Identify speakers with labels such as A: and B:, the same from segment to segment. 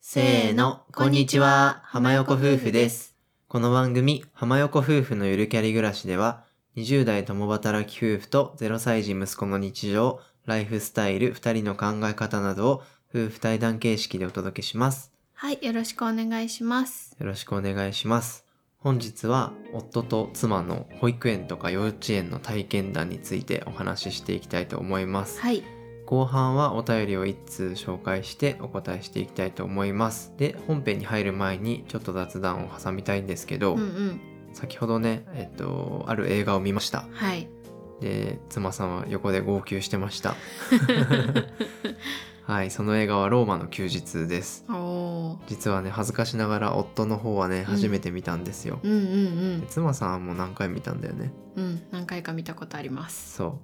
A: せーの、こんにちは、浜横夫婦です。この番組、浜横夫婦のゆるキャリ暮らしでは、20代共働き夫婦と0歳児息子の日常、ライフスタイル、2人の考え方などを夫婦対談形式でお届けします。
B: はい、よろしくお願いします。
A: よろしくお願いします。本日は夫と妻の保育園とか幼稚園の体験談についてお話ししていきたいと思います。
B: はい、
A: 後半はお便りを1通紹介してお答えしていきたいと思いますで本編に入る前にちょっと雑談を挟みたいんですけど、
B: うんうん、
A: 先ほどねえっとある映画を見ました
B: はい。
A: で妻さんは横で号泣してま したはいその映画は「ローマの休日」です
B: おー、
A: 実はね恥ずかしながら夫の方はね初めて見たんですよ、
B: うんうん
A: で妻さんはもう何回見たんだよね
B: うん、うん、何回か見たことあります。
A: そ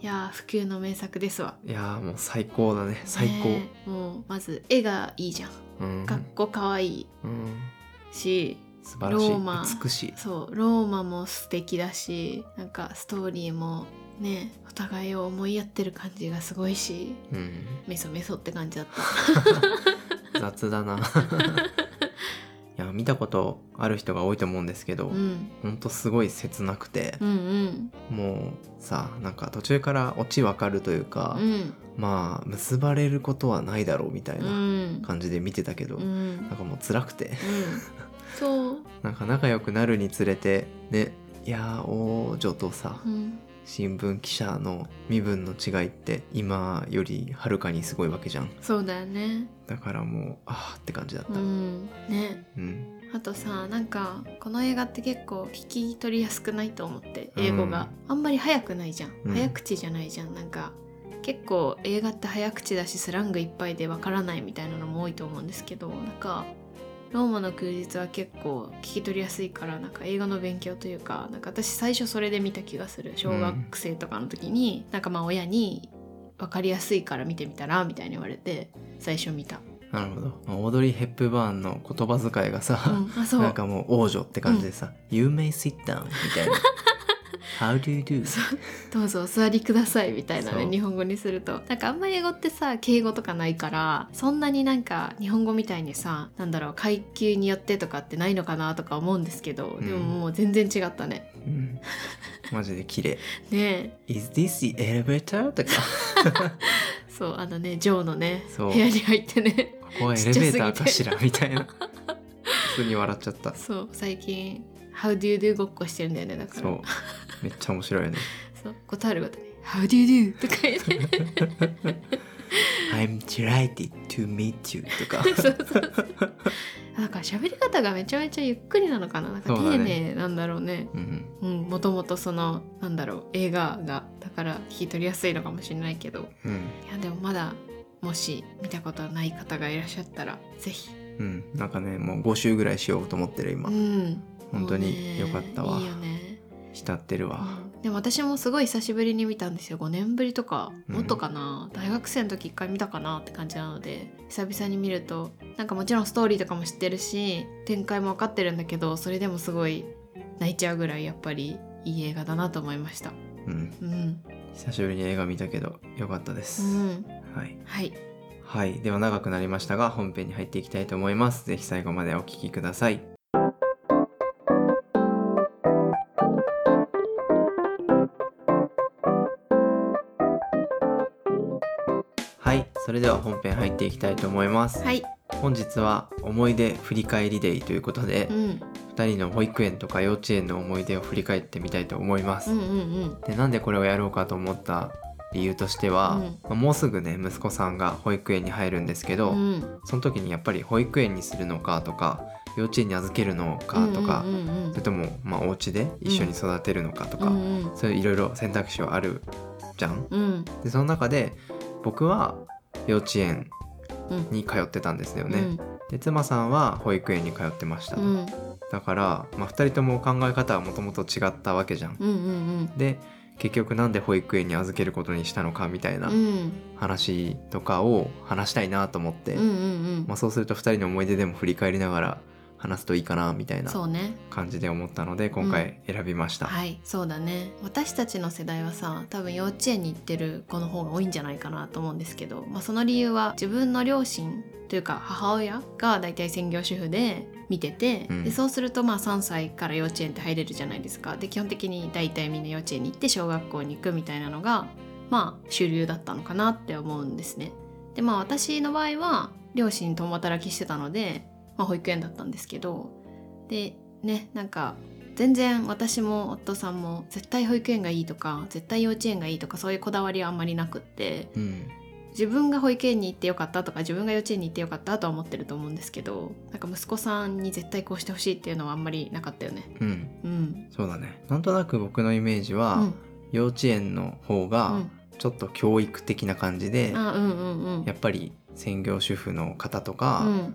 B: いやー、普及の名作ですわ。
A: ういやーもう最高だね最高、
B: ねえもうまず絵がいいじゃん。
A: うん、
B: 学校可愛い
A: うん、
B: し、
A: 素晴らしい
B: ローマ
A: 美しい
B: そうローマも素敵だし、なんかストーリーもね、お互いを思いやってる感じがすごいし、
A: うん、
B: メソメソって感じだった。
A: 雑だ ないや見たことある人が多いと思うんですけど、
B: うん、
A: ほんとすごい切なくて
B: う、ん
A: もうさなんか途中からオチわかるという
B: う
A: か、
B: ん、うん、、
A: まあ結ばれることはないだろうみたいうなん感じで見てたけど、
B: うん
A: なんかもう辛くて
B: うん、そう、
A: なんか仲良くなるにつれてねいやー王女とさ
B: うん、
A: 新聞記者の身分の違いって今よりはるかにすごいわけじゃん
B: そうだよね。
A: だからもうあーって感じだった、
B: うん、ね。
A: うん
B: あとさなんかこの映画って結構聞き取りやすくないと思って英語が、あんまり早くないじゃん、
A: うん
B: 早口じゃないじゃんなんか結構映画って早口だしスラングいっぱいでわからないみたいなのも多いと思うんですけどなんかローマの休日は結構聞き取りやすいからなんか映画の勉強というかなんか私最初それで見た気がする小学生とかの時に、なんかまあ親に分かりやすいから見てみたらみたいに言われて最初見 た、
A: なるほど、まあオードリー・ヘップバーンの言葉遣いが
B: う
A: さ、
B: ん、あそう
A: なんかもう王女って感じでさ「You may sit down」みた いな「How do you do?」
B: そうどうぞお座りくださいみたいな
A: そ
B: ね
A: う
B: 日本語にするとなんかあんまり英語ってさ敬語とかないからそんなになんか日本語みたいにさなんだろう階級によってとかってないのかなとか思うんですけど
A: ん
B: でももう全然違ったね、
A: うん、マジで綺麗
B: ねえ
A: Is this the elevator?」とか
B: そうあのねジョーのね
A: そう
B: 部屋に入ってね
A: 「ここはエレベーターかしら」みたいな普通に笑っちゃった
B: そう最近「How do you do」ごっこしてるんだよねだから
A: そうめっちゃ面白いよね
B: そうことあるごとに「How do you do」とか言って
A: 「I'm delighted to meet you」とか
B: そうそうそうなんか喋り方がめちゃめちゃゆっくりなのかななんか
A: そうだ
B: 丁
A: ね
B: 寧なんだろうね
A: うん
B: うん、もともとそのなんだろう映画がだから聞き取りやすいのかもしれないけど
A: うん
B: いやでもまだもし見たことない方がいらっしゃったらぜひ
A: うんなんかねもう5週ぐらいしようと思ってる今、
B: うん
A: 本当によかった
B: もう
A: わ
B: ねいいよね、
A: 浸ってる
B: う
A: わ
B: んでも私もすごい久しぶりに見たんですよ5年ぶりとか
A: うん
B: もっとかな、大学生の時一回見たかなって感じなので久々に見るとなんかもちろんストーリーとかも知ってるし展開も分かってるんだけどそれでもすごい泣いちゃうぐらいやっぱりいい映画だなと思いました
A: うん
B: うん
A: 久しぶりに映画見たけど良かったで
B: う
A: す、
B: ん
A: はい、
B: はい
A: はい、では長くなりましたが本編に入っていきたいと思いますぜひ最後までお聞きくださいはいそれでは本編入っていきたいと思います、
B: はい、
A: 本日は思い出振り返りデイということで、
B: うん、
A: 2人の保育園とか幼稚園の思い出を振り返ってみたいと思います、
B: うんうんうん
A: でなんでこれをやろうかと思った理由としては、
B: うん
A: まあもうすぐね息子さんが保育園に入るんですけど、
B: うん
A: その時にやっぱり保育園にするのかとか幼稚園に預けるのかとか、
B: うんうんうんうん
A: それとも、まあ、お家で一緒に育てるのかとか、
B: うんうん
A: そういういろいろ選択肢はあるじゃん。
B: うん
A: でその中で僕は幼稚園
B: うん
A: に通ってたんですよね、で妻さんは保育園に通ってました、
B: うん
A: だから、まあ、2人とも考え方はもともと違ったわけじゃん、
B: うんうん
A: で結局なんで保育園に預けることにしたのかみたいな
B: うんうん
A: 話とかを話したいなと思って、
B: うんうんうん
A: まあ、そうすると2人の思い出でも振り返りながら話すといいかなみたいな
B: そうね
A: 感じで思ったので今回選びました、
B: はいそうだね私たちの世代はさ多分幼稚園に行ってる子の方が多いんじゃないかなと思うんですけど、まあ、その理由は自分の両親というか母親が大体専業主婦で見てて、
A: うん
B: でそうするとまあ3歳から幼稚園って入れるじゃないですかで基本的に大体みんな幼稚園に行って小学校に行くみたいなのがまあ主流だったのかなって思うんですね。でまあ私の場合は両親共働きしてたので、まあ、保育園だったんですけどでねなんか全然私も夫さんも絶対保育園がいいとか絶対幼稚園がいいとかそういうこだわりはあんまりなくって
A: うん
B: 自分が保育園に行ってよかったとか自分が幼稚園に行ってよかったとは思ってると思うんですけどなんか息子さんに絶対こうしてほしいっていうのはあんまりなかったよね。
A: うん
B: うん、
A: そうだねなんとなく僕のイメージ
B: う
A: は、
B: ん
A: 幼稚園の方
B: う
A: が
B: ん
A: ちょっと教育的な感じで、
B: あうんうんうん
A: やっぱり専業主婦の方と
B: う
A: か、
B: ん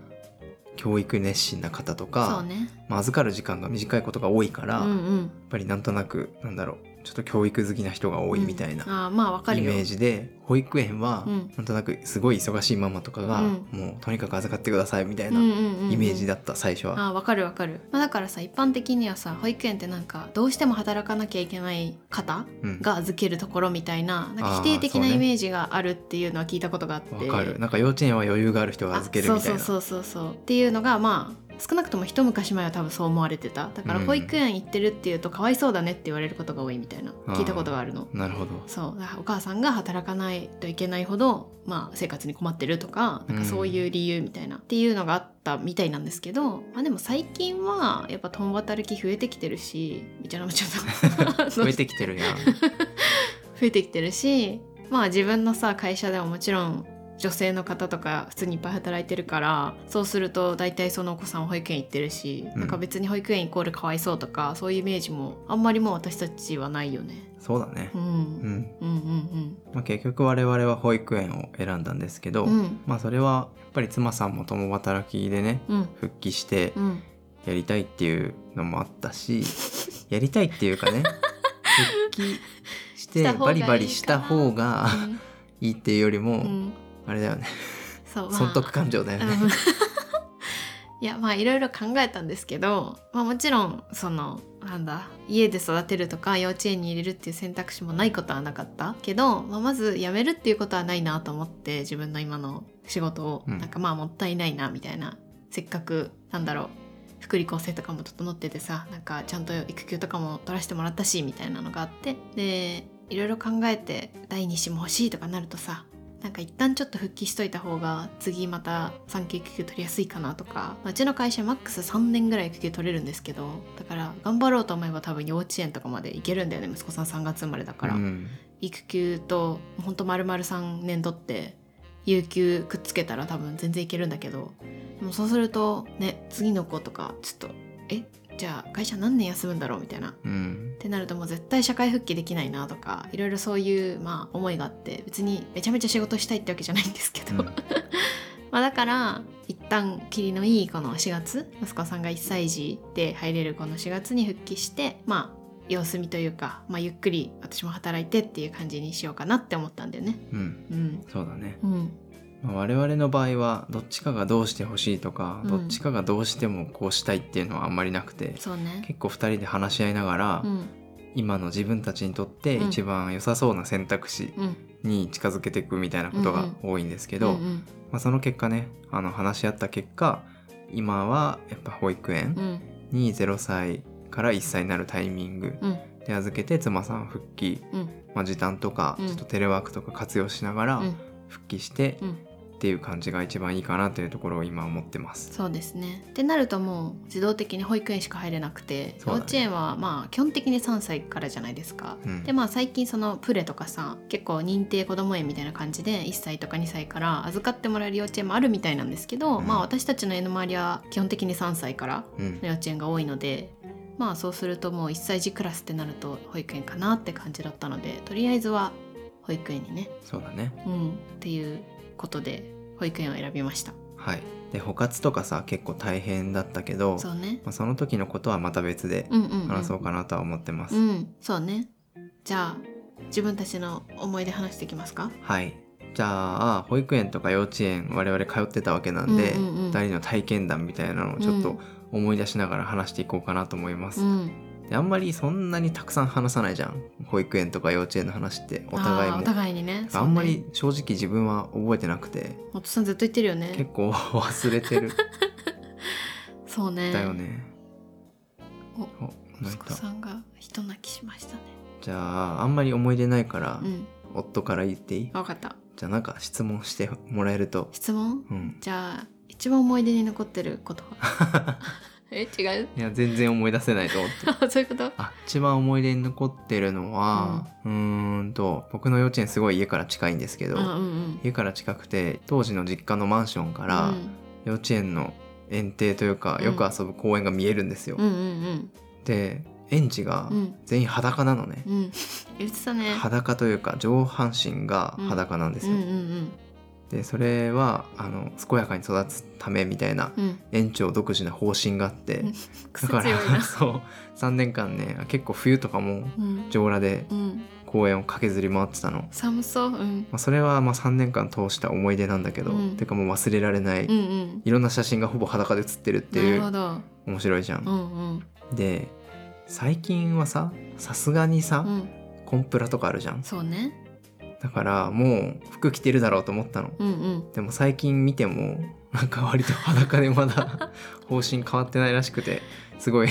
A: 教育熱心な方とか
B: そう、ね
A: まあ、預かる時間が短いことが多いから、
B: うん
A: やっ
B: うん
A: ぱりなんとなくなんだろうちょっと教育好きな人が多いみたいな、
B: うんあまあわか
A: イ
B: るよ
A: メージで保育園は
B: うん
A: なんとなくすごい忙しいママとかが、
B: うん
A: もうとにかく預かってくださいみたい
B: うん
A: な
B: うん
A: イ
B: うんうん
A: メージだった最初は。
B: あわかるわかる、まあ、だからさ一般的にはさ保育園ってなんかどうしても働かなきゃいけない方
A: うん
B: が預けるところみたいななん
A: あー
B: か否定的
A: そう
B: な
A: ね
B: イメージがあるっていうのは聞いたことがあって
A: わ、かるなんか幼稚園は余裕がある人が
B: あ
A: 預けるみたいな
B: そうそうそうそうそうっていうのがまあ少なくとも一昔前は多分そう思われてただから
A: うん
B: 保育園行ってるっていうとかわいそうだねって言われることが多いみたいな
A: あー
B: 聞いたことがあるの
A: なるほど
B: そうだからお母さんが働かないといけないほど、まあ、生活に困ってるとかなんかそういう理由みたいな、っていうのがあったみたいなんですけど、まあ、でも最近はやっぱ共働き増えてきてるしめちゃなめちゃ な
A: 増えてきてるや ん
B: 増えてきてるしまあ自分のさ会社でももちろん女性の方とか普通にいっぱい働いてるからそうすると大体そのお子さんは保育園行ってるし、
A: うん
B: なんか別に保育園イコールかわいそうとかそういうイメージもあんまりもう私たちはないよね。
A: そうだね
B: う、
A: うん
B: ん、うん、うん
A: まあ、結局我々は保育園を選んだんですけど、
B: うんうん
A: まあそれはやっぱり妻さんも共働きでね
B: うん
A: 復帰して
B: うん
A: やりたいっていうのもあったしやりたいってい うかね復帰して
B: した方
A: バ
B: がいい
A: リ
B: かな
A: バリした方が
B: うん
A: いいっていうよりも、
B: うん
A: あれだよね
B: そう、まあ
A: 損得感情だよね
B: うん いやまあいろいろ考えたんですけど、まあ、もちろんそのなんだ家で育てるとか幼稚園に入れるっていう選択肢もないことはなかったけど、まあ、まず辞めるっていうことはないなと思って自分の今の仕事を、
A: うん
B: なんかまあもったいないなみたいなせっかくなんだろう福利厚生とかも整っててさなんかちゃんと育休とかも取らせてもらったしみたいなのがあってでいろいろ考えて第2子も欲しいとかなるとさなんか一旦ちょっと復帰しといた方が次また産休育休取りやすいかなとかまあうちの会社マックス3年ぐらい育休取れるんですけどだから頑張ろうと思えば多分幼稚園とかまで行けるんだよね息子さん3月生まれだから、
A: うん
B: 育休とほんと丸々3年取って有給くっつけたら多分全然いけるんだけどでもそうするとね次の子とかちょっとえじゃあ会社何年休むんだろうみたいな
A: うん
B: ってなるともう絶対社会復帰できないなとかいろいろそういう、まあ、思いがあって別にめちゃめちゃ仕事したいってわけじゃないんですけ
A: う
B: ど、
A: ん
B: まあだから一旦霧のいいこの4月息子さんが1歳児で入れるこの4月に復帰してまあ様子見というか、まあ、ゆっくり私も働いてっていう感じにしようかなって思ったんだよね。
A: うん
B: うん、
A: そうだね、
B: うん、
A: まあ、我々の場合はどっちかがどうしてほしいとか、
B: うん
A: どっちかがどうしてもこうしたいっていうのはあんまりなくて
B: そうね。
A: 結構2人で話し合いながら、
B: うん、
A: 今の自分たちにとって
B: うん
A: 一番良さそうな選択肢
B: うん、
A: に近づけていくみたいなことが多いんですけ
B: け
A: ど、
B: うん、
A: まあ、その結果ねあの話し合った結果今はやっぱ保育
B: う
A: 園
B: ん、
A: に0歳から1歳になるタイミング
B: うん、
A: で預けて妻さん復帰、
B: うん、
A: まあ、時短とか
B: うん
A: ちょっとテレワークとか活用しながら
B: うん、
A: 復帰して
B: うん。
A: っていう感じが一番いいかなというところを今思ってます。
B: そうですねってなるともう自動的に保育園しか入れなくて、
A: そ
B: 幼
A: うだね
B: 稚園はまあ基本的に3歳からじゃないですか。
A: うん
B: でまあ最近そのプレとかさ結構認定子ども園みたいな感じで1歳とか2歳から預かってもらえる幼稚園もあるみたいなんですけど、
A: うん
B: まあ私たちの家の周りは基本的に3歳から
A: うん
B: の幼稚園が多いのでまあそうするともう1歳児クラスってなると保育園かなって感じだったのでとりあえずは保育園にね、
A: そうだね、
B: うん、っていうことで保育園を選びました。
A: はい、で補活とかさ結構大変だったけど
B: そうね
A: まあ、その時のことはまた別で
B: うんうんうん、
A: 話そうかなとは思ってます。
B: うん、そうね。じゃあ自分たちの思い出話していきますか。
A: はいじゃあ保育園とか幼稚園我々通ってたわけなんで、
B: うんうんうん
A: 2人の体験談みたいなのをちょっ
B: う
A: と
B: ん
A: 思い出しながら話していこうかなと思います
B: う、ん、
A: であんまりそんなにたくさん話さないじゃん保育園とか幼稚園の話ってお互い
B: あーお
A: も
B: 互いにね
A: あんまり正直自分は覚えてなくて
B: お父さんずっと言ってるよね
A: 結構忘れ てる
B: そうね
A: だよね
B: お
A: お
B: 息
A: 泣い
B: 子
A: た
B: さんが人泣きしましたね
A: じゃああんまり思い出ないから、
B: うん
A: 夫から言っていい
B: 分かった
A: じゃあなんか質問してもらえると
B: 質問
A: うん
B: じゃあ一番思い出に残ってることは え違う
A: いや全然思い出せないと思って
B: あそういうこと
A: あ一番思い出に残ってるのは、うーんと僕の幼稚園すごい家から近いんですけ
B: う
A: ど、
B: んうんうん
A: 家から近くて当時の実家のマンションから幼稚園の園庭というか、
B: うん
A: よく遊ぶ公園が見えるんですよ。
B: うんうんうん
A: で園児が
B: うんうん
A: 全員裸なのね、
B: うん言ってたね
A: 裸というか上半身が裸なんです
B: うん
A: よ。
B: うんうん
A: でそれはあの健やかに育つためみたいな
B: うん
A: 園長独自の方針があって、
B: うん
A: だ
B: 癖
A: か
B: 強い
A: ら
B: な
A: そう3年間ね結構冬とかも
B: うん
A: 上裸で
B: うん
A: 公園を駆けずり回ってたの、ま
B: 寒そううん
A: あ、それはまあ3年間通した思い出なんだけど、
B: うん
A: てかもう忘れられない、
B: うんうん
A: いろんな写真がほぼ裸で写ってるって
B: ないる
A: う
B: ほど
A: 面白いじゃ。
B: うんん
A: で最近はささすがにさ
B: うん、うん
A: コンプラとかあるじゃん
B: そうね
A: だからもう服着てるだろうと思ったの
B: うんうん
A: でも最近見てもなんか割と裸で まだ方針変わってないらしくてすごい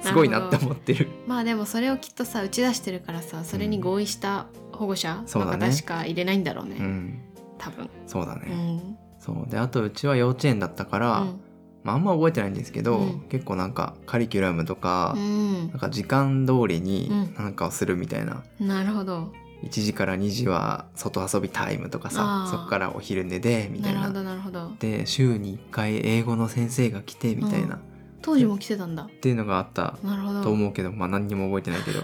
A: すごいなって思ってる
B: まあでもそれをきっとさ打ち出してるからさそれに合意した保護者
A: そ
B: の
A: うだね
B: 方しか入れないんだろうね、
A: うん
B: 多分、
A: そうだ
B: う
A: ね、
B: ん
A: そうであとうちは幼稚園だったから、まあ、あんま覚えてないんですけど、
B: うん
A: 結構なんかカリキュラムとか
B: う、
A: なん
B: ん、
A: か時間通りに
B: うん
A: なんかをするみたいな、
B: うん、なるほど
A: 1時から2時は外遊びタイムとか
B: あ
A: さ
B: ー
A: そっからお昼寝でみ
B: な
A: た
B: いる
A: な
B: ほどなるほど
A: で週に1回英語の先生が来てみたいな、
B: う
A: っ
B: 当時も来てたんだ
A: ていうのがあった
B: なるほ
A: と
B: ど
A: 思うけど、まあ何にも覚えてないけ ど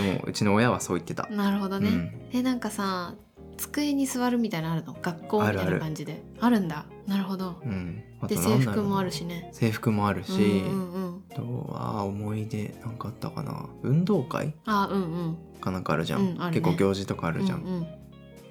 A: でもうちの親はそう言ってた。
B: なるほどね、
A: うん
B: えなんかさ机に座るみたいなのあるの学校み
A: あ
B: たい
A: るある
B: な感じであるんだなるほど
A: うん、あ
B: で
A: となんだろ
B: 制
A: う
B: 服もあるしね
A: 制服もあるし、
B: うんうんうん
A: あとは思い出なんかあったかな運動会
B: あうんうん
A: かなんかあるじゃん、
B: うんあるね
A: 結構行事とかあるじゃ
B: う、
A: ん
B: んうん、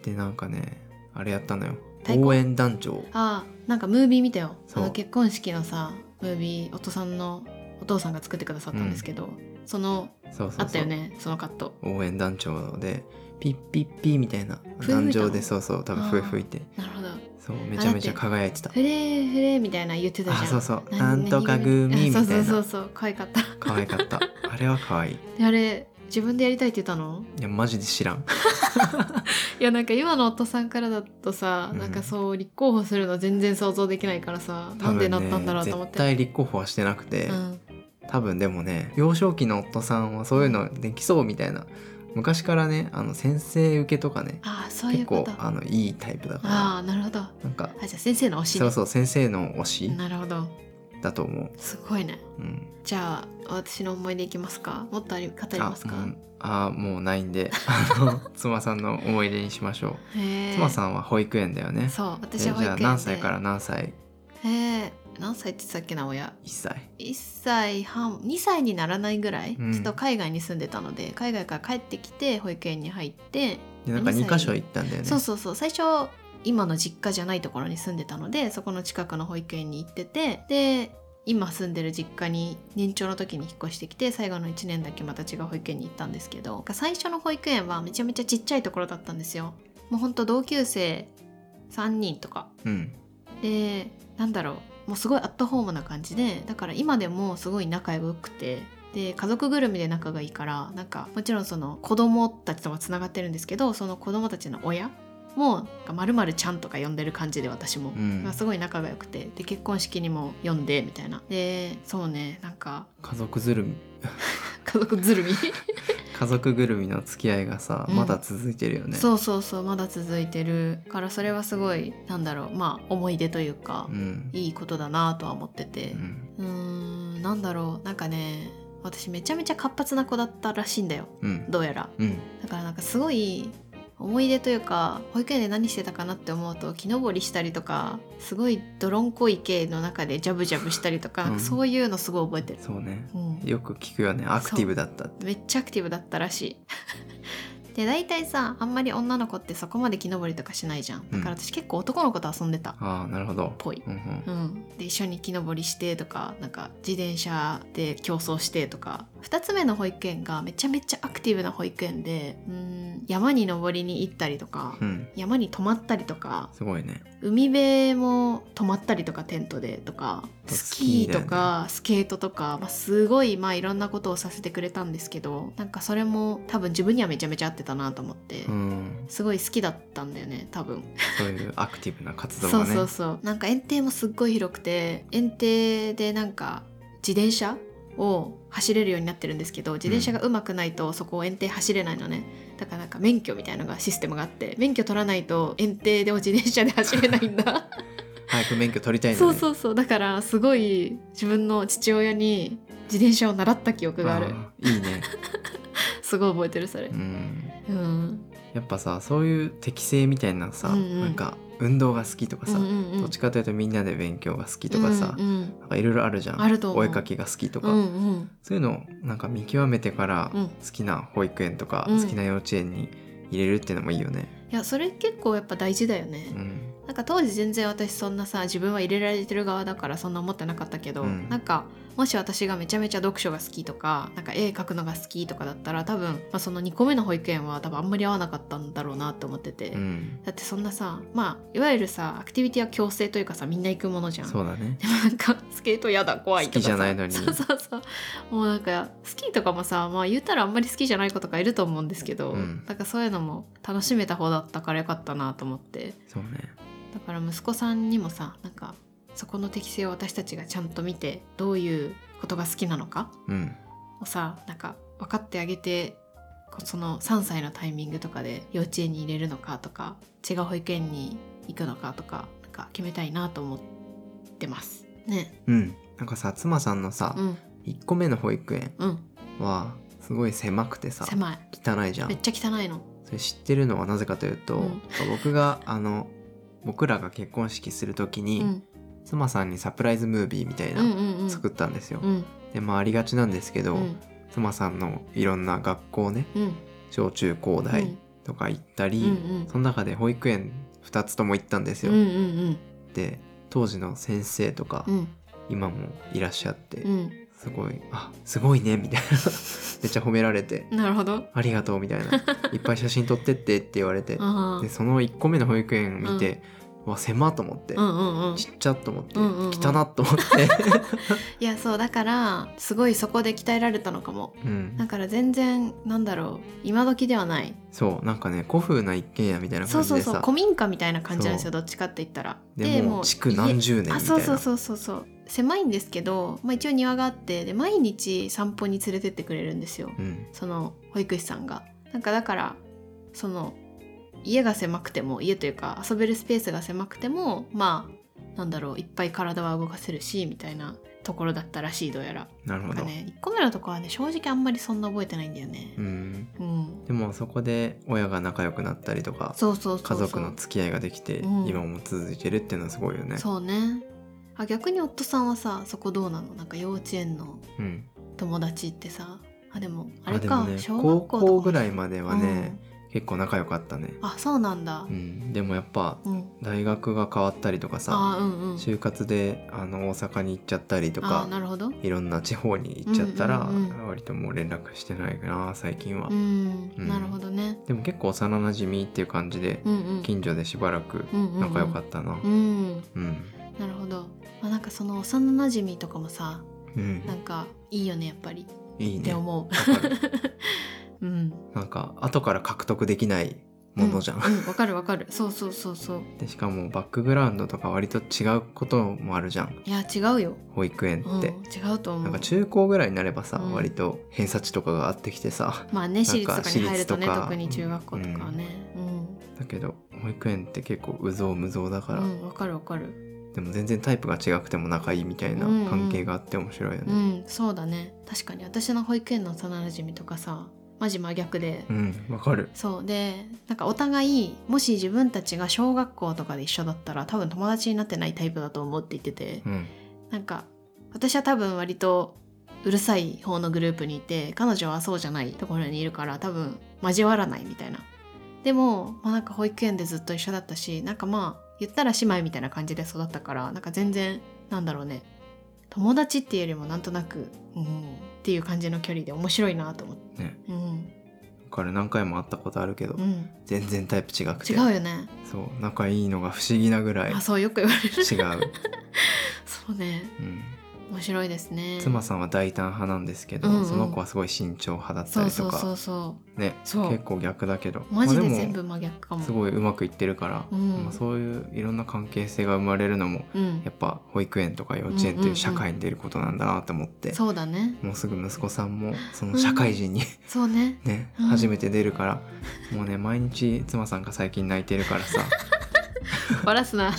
A: でなんかねあれやったのよ
B: 太鼓
A: 応援団長
B: あなんかムービー見たよ
A: そ
B: あ
A: う
B: の結婚式のさムービーお父さんのお父さんが作ってくださったんですけど、その
A: そうそうそう
B: あったよねそのカット
A: 応援団長でピッピッピーみたいな
B: 吹いたの
A: 団長でそうそう多分笛吹いて
B: なるほど
A: そうめちゃめちゃ輝いてた
B: フレーフレーみたいな言ってたじゃん
A: あそうそう
B: 何
A: なんとか組みたいな
B: あそうそうそうそう可愛かった
A: 可愛かったあれは可愛い
B: であれ自分でやりたいって言ったの
A: いやマジで知らん
B: いやなんか今の夫さんからだとさ、
A: うん
B: なんかそう立候補するの全然想像できないからさ、 なんでなったんだろうと思っ
A: 絶
B: て
A: 対立候補はしてなくて、
B: うん
A: 多分でもね幼少期の夫さんはそういうのできそうみたいな昔からねあの先生受けとかね
B: ああそうい
A: 結
B: うこと
A: 構
B: あ
A: あのいいタイプだか
B: あーなるほどあ
A: らなんか
B: じゃあ先生の推し、ね、
A: そうそう先生の推し
B: なるほど
A: だと思う、
B: すごいね
A: うん、
B: じゃあ私の思い出いきますかもっとあり語りますか、
A: あ,、うん、あーもうないんで あの妻さんの思い出にしましょう
B: へえ
A: 妻さんは保育園だよね
B: そう私
A: え
B: は
A: ー
B: 保
A: じ
B: 育園
A: ゃあ
B: で
A: 何歳から何歳
B: へえ何歳って言ってたっけな親
A: 1歳
B: 1歳半2歳にならないぐらい、
A: うん
B: ちょっと海外に住んでたので海外から帰ってきて保育園に入って、
A: でなんか
B: 二歳
A: 2か所行ったんだよね
B: そうそうそう最初今の実家じゃないところに住んでたのでそこの近くの保育園に行っててで今住んでる実家に年長の時に引っ越してきて最後の1年だけまた違う保育園に行ったんですけど最初の保育園はめちゃめちゃちっちゃいところだったんですよ。もうほんと同級生3人とか
A: うん
B: でなんだろうもうすごいアットホームな感じでだから今でもすごい仲良くてで家族ぐるみで仲がいいからなんかもちろんその子供たちともつながってるんですけどその子供たちの親も「まるちゃん」とか呼んでる感じで私も、
A: うん
B: まあすごい仲が良くてで結婚式にも呼んでみたいなでそうねなんか
A: 家族ぐるみ
B: 家族ずるみ、
A: 家族ぐるみの付き合いがさ、
B: うん
A: まだ続いてるよ ね
B: そうそうそうまだ続いてるからそれはすごいなんだろうまあ思い出というか、
A: うん、
B: いいことだなとは思ってて。
A: うん
B: うーんなんだろうなんかね私めちゃめちゃ活発な子だったらしいんだよ
A: うん
B: どうやら
A: うん
B: だからなんかすごい思い出というか保育園で何してたかなって思うと木登りしたりとかすごい泥んこい池の中でジャブジャブしたりとか,、
A: うん
B: そういうのすごい覚えてる、
A: そうね
B: うん
A: よく聞くよねアクティブだったって
B: めっちゃアクティブだったらしい で大体さあんまり女の子ってそこまで木登りとかしないじゃんだから私結構男の子と遊んでたっ
A: ああなるほど、
B: ぽい、
A: うんうん、
B: うん、で一緒に木登りしてとかなんか自転車で競争してとか2つ目の保育園がめちゃめちゃアクティブな保育園でうん山に登りに行ったりとか、
A: うん、
B: 山に泊まったりとか
A: すごいね
B: 海辺も泊まったりとかテントでとかスキーとかスケートとか、まあ、すごいまあいろんなことをさせてくれたんですけどなんかそれも多分自分にはめちゃめちゃ合ってたなと思って、
A: うん
B: すごい好きだったんだよね多分
A: そういうアクティブな活動
B: そ
A: が
B: う
A: ね
B: そうそうなんか園庭もすっごい広くて園庭でなんか自転車を走れるようになってるんですけど自転車がうまくないとそこを園庭走れないのね、だからなんか免許みたいなのがシステムがあって免許取らないと園庭でも自転車で走れないんだ
A: 早く免許取りたいんだ
B: そ
A: ね
B: うそうそうだからすごい自分の父親に自転車を習った記憶がある
A: あーいいね、
B: すごい覚えてるそれ
A: うん、
B: うん、うん
A: やっぱさそういう適性みたいなのさ、
B: うんうん
A: なんか運動が好きとかさ、
B: うんうん
A: どっちかというとみんなで勉強が好きとかさ、
B: うんうん
A: なんかいろいろあるじゃん
B: あると思う
A: お絵かきが好きとか、
B: うんうん
A: そういうのをなんか見極めてから
B: うん
A: 好きな保育園とか
B: うん
A: 好きな幼稚園に入れるっていうのもいいよね。
B: いやそれ結構やっぱ大事だよね、
A: うん
B: なんか当時全然私そんなさ自分は入れられてる側だからそんな思ってなかったけど、
A: うん
B: なんかもし私がめちゃめちゃ読書が好きとかなんか絵描くのが好きとかだったら多分、まあ、その2個目の保育園は多分あんまり合わなかったんだろうなと思ってて、
A: うん
B: だってそんなさまあいわゆるさアクティビティは強制というかさみんな行くものじゃん。
A: そうだね。
B: でもなんかスケートやだ怖いとかさ
A: 好きじゃないのに
B: そうそうそうもうなんかスキーとかもさまあ言ったらあんまり好きじゃない子とかいると思うんですけど、
A: うん
B: なんかそういうのも楽しめた方だったからよかったなと思って
A: そうね。
B: だから息子さんにもさなんかそこの適性を私たちがちゃんと見てどういうことが好きなのか
A: うん。
B: をさなんか分かってあげてこうその3歳のタイミングとかで幼稚園に入れるのかとか違う保育園に行くのかとかなんか決めたいなと思ってます。ね。
A: うん。なんかさ妻さんのさ、
B: うん
A: 一1個目の保育園
B: うん
A: はすごい狭くてさ
B: 狭い
A: 汚いじゃん
B: めっ。ちゃ汚いの。
A: それ知ってるのはなぜかというと、
B: うん
A: 僕があの僕らが結婚式する時
B: う
A: に、
B: ん
A: 妻さんにサプライズムービーみたい
B: うんう
A: なん
B: うん
A: 作ったんですよ。
B: うん
A: でまあありがちなんですけど、
B: うん
A: 妻さんのいろんな学校ね
B: うん
A: 小中高
B: うん
A: 大とか行ったり、
B: うん
A: その中で保育園2つとも行ったんです
B: うんう
A: よ。
B: んうん
A: で当時の先生とか、
B: うん
A: 今もいらっしゃって、
B: うん
A: すごい「あすごいね」みたいな めっちゃ褒められて
B: なるほど。
A: 「ありがとう」みたいな「いっぱい写真撮ってって」って言われて
B: あ
A: でその1個目の保育園見て、うわ狭っと思って、
B: あうんうんうん
A: ちっちゃっと思って、
B: うんうんうん
A: 汚っと思って。
B: いやそうだからすごいそこで鍛えられたのかも
A: うん
B: だから全然なんだろう今時ではない
A: そうなんかね古風な一軒家みたいな
B: そ
A: 感
B: う
A: じ
B: そう
A: で
B: そう
A: さ
B: 古民家みたいな感じなんですよどっちかって言ったら
A: でもう築何十年みたいな
B: あそうそうそうそうそう狭いんですけど、まあ、一応庭があってで毎日散歩に連れてってくれるんですよ
A: うん
B: その保育士さんがなんかだからその家が狭くても家というか遊べるスペースが狭くてもまあなんだろういっぱい体は動かせるしみたいなところだったらしいどうやら
A: なるほ
B: な
A: ど、
B: んかね1個目のとこはね正直あんまりそんな覚えてないんだよね
A: うん
B: うん
A: でもそこで親が仲良くなったりとか
B: そうそうそうそう
A: 家族の付き合いができて、
B: うん
A: 今も続いてるっていうのはすごいよね
B: そうねあ逆に夫さんはさそこどうなのなんか幼稚園の
A: うん、
B: 友達ってさあでもあ
A: あ
B: れ
A: で
B: か
A: もね
B: 小
A: 高
B: 学校とか
A: 校ぐらいまではね、
B: う
A: 結構仲良かったね、
B: んあそうなんだ
A: うん、でもやっぱ
B: うん、
A: 大学が変わったりとかさ
B: あうんうん
A: 就活であの大阪に行っちゃったりと
B: あー
A: か
B: なるほど
A: いろんな地方に行っちゃったら、
B: うんうんうん
A: 割ともう連絡してないかな最近は、
B: うん、
A: うん
B: なるほどね
A: でも結構幼なじみっていう感じで、
B: うんうん
A: 近所でしばらく
B: うんうんうん
A: 仲良かったな
B: うん
A: うん
B: なるほど、まあ、なんかその幼馴染とかもさ
A: うん
B: なんかいいよねやっぱり
A: いい
B: って
A: ね
B: 思
A: わかる
B: う、うん
A: なんか後から獲得できないものじゃん、
B: うんうんわ、かるわかるそうそうそうそう
A: でしかもバックグラウンドとか割と違うこともあるじゃん
B: いや違うよ、
A: 保育園
B: うん、
A: って、
B: 違うと思う
A: なんか中高ぐらいになればさ、
B: うん
A: 割と偏差値とかがあってきてさ
B: まあね私立とかに入るとね
A: なんか私立とか
B: 特に中学校とかはねうん
A: だけど保育園って結構有象無象だから、
B: うんわ、かるわかる
A: でも全然タイプが違くても仲いいみたいな
B: うんうん
A: 関係があって面白いよ
B: う
A: ね
B: んそうだね確かに私の保育園の幼馴染とかさマジ真逆で、
A: うんわ、かる
B: そうでなんかお互いもし自分たちが小学校とかで一緒だったら多分友達になってないタイプだと思っていてて、
A: うん
B: なんか私は多分割とうるさい方のグループにいて彼女はそうじゃないところにいるから多分交わらないみたいなでも、まあ、なんか保育園でずっと一緒だったしなんかまあ言ったら姉妹みたいな感じで育ったからなんか全然なんだろうね友達っていうよりもなんとなく、うん、っていう感じの距離で面白いなと思って、
A: ね
B: うん
A: これ何回も会ったことあるけど、
B: うん、
A: 全然タイプ違く
B: 違
A: て
B: うよね、
A: そう仲いいのが不思議なぐらい
B: あそうよく言われる
A: 違う、
B: そうね
A: うん、
B: 面白いですね
A: 妻さんは大胆派なんですけど、
B: うんうん
A: その子はすごい慎重派だった
B: そう
A: りと
B: そう
A: か
B: そうそ
A: ね
B: そう
A: 結構逆だけど
B: うマジで
A: まあも
B: 全部真逆かも、
A: すごいうまくいってるから、
B: うん
A: まあ、そういういろんな関係性が生まれるのも
B: うん
A: やっぱ保育園とか幼稚園という社会に出ることなんだなと思って、
B: そうだね
A: もうすぐ息子さんもその社会人に
B: そうね
A: ね、
B: うん
A: 初めて出るからもうね毎日妻さんが最近泣いてるか らさ
B: バラすな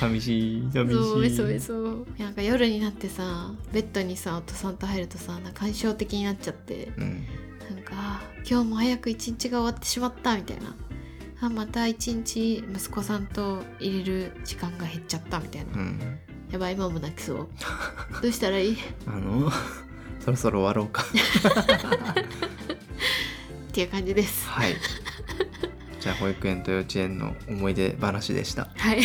A: 寂しい寂しい
B: そうめそうめそうなんか夜になってさベッドにさお父さんと入るとさなんか感傷的になっちゃって
A: うん、
B: なんかあー今日も早く一日が終わってしまったみたいなあまた一日息子さんと入れる時間が減っちゃったみたいな
A: うん、
B: やばい今も泣きそう どうしたらいいっ
A: あの そろそろ終わろうか
B: ていう感じです
A: はいじゃあ保育園と幼稚園の思い出話でした
B: はい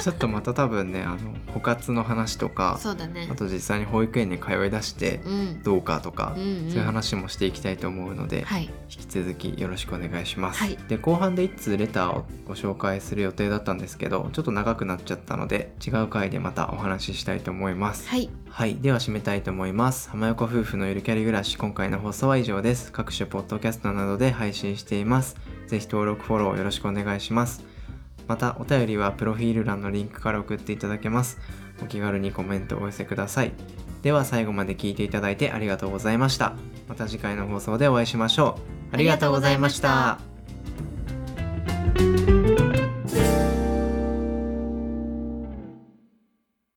A: ちょっとまた多分ねあの枯渇の話とか
B: そうだね
A: あと実際に保育園に通い出して
B: うん
A: どうかとか、
B: うんうん
A: そういう話もしていきたいと思うので、
B: はい
A: 引き続きよろしくお願いします、
B: はい
A: で後半で1通レターをご紹介する予定だったんですけどちょっと長くなっちゃったので違う回でまたお話ししたいと思います
B: はい
A: はい、では締めたいと思います。浜横夫婦のゆるキャリ暮らし、今回の放送は以上です。各種ポッドキャストなどで配信しています。ぜひ登録、フォローよろしくお願いします。また、お便りはプロフィール欄のリンクから送っていただけます。お気軽にコメントをお寄せください。では最後まで聞いていただいてありがとうございました。また次回の放送でお会いしましょう。ありがとうございました。
B: ありがとうございました